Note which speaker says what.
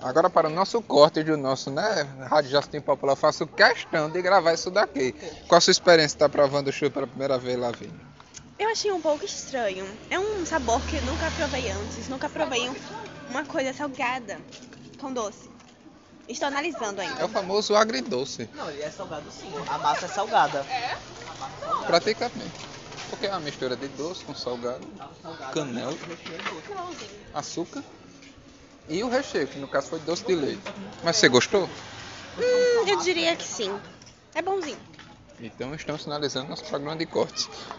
Speaker 1: Agora para o nosso corte do nosso, né, Rádio Jastim Popular, eu faço questão de gravar isso daqui. Qual a sua experiência está provando o show pela primeira vez, Lavínia?
Speaker 2: Eu achei um pouco estranho. É um sabor que eu nunca provei antes. Nunca provei um- uma coisa salgada com doce. Estou analisando ainda.
Speaker 1: É o famoso agridoce,
Speaker 3: Não, ele é salgado sim. A massa é salgada.
Speaker 1: praticamente. Porque é uma mistura de doce com salgado, canela, açúcar e o recheio, que no caso foi doce de leite. Mas você gostou?
Speaker 2: Hum, eu diria que sim. É bonzinho.
Speaker 1: Então estamos finalizando nosso programa de cortes.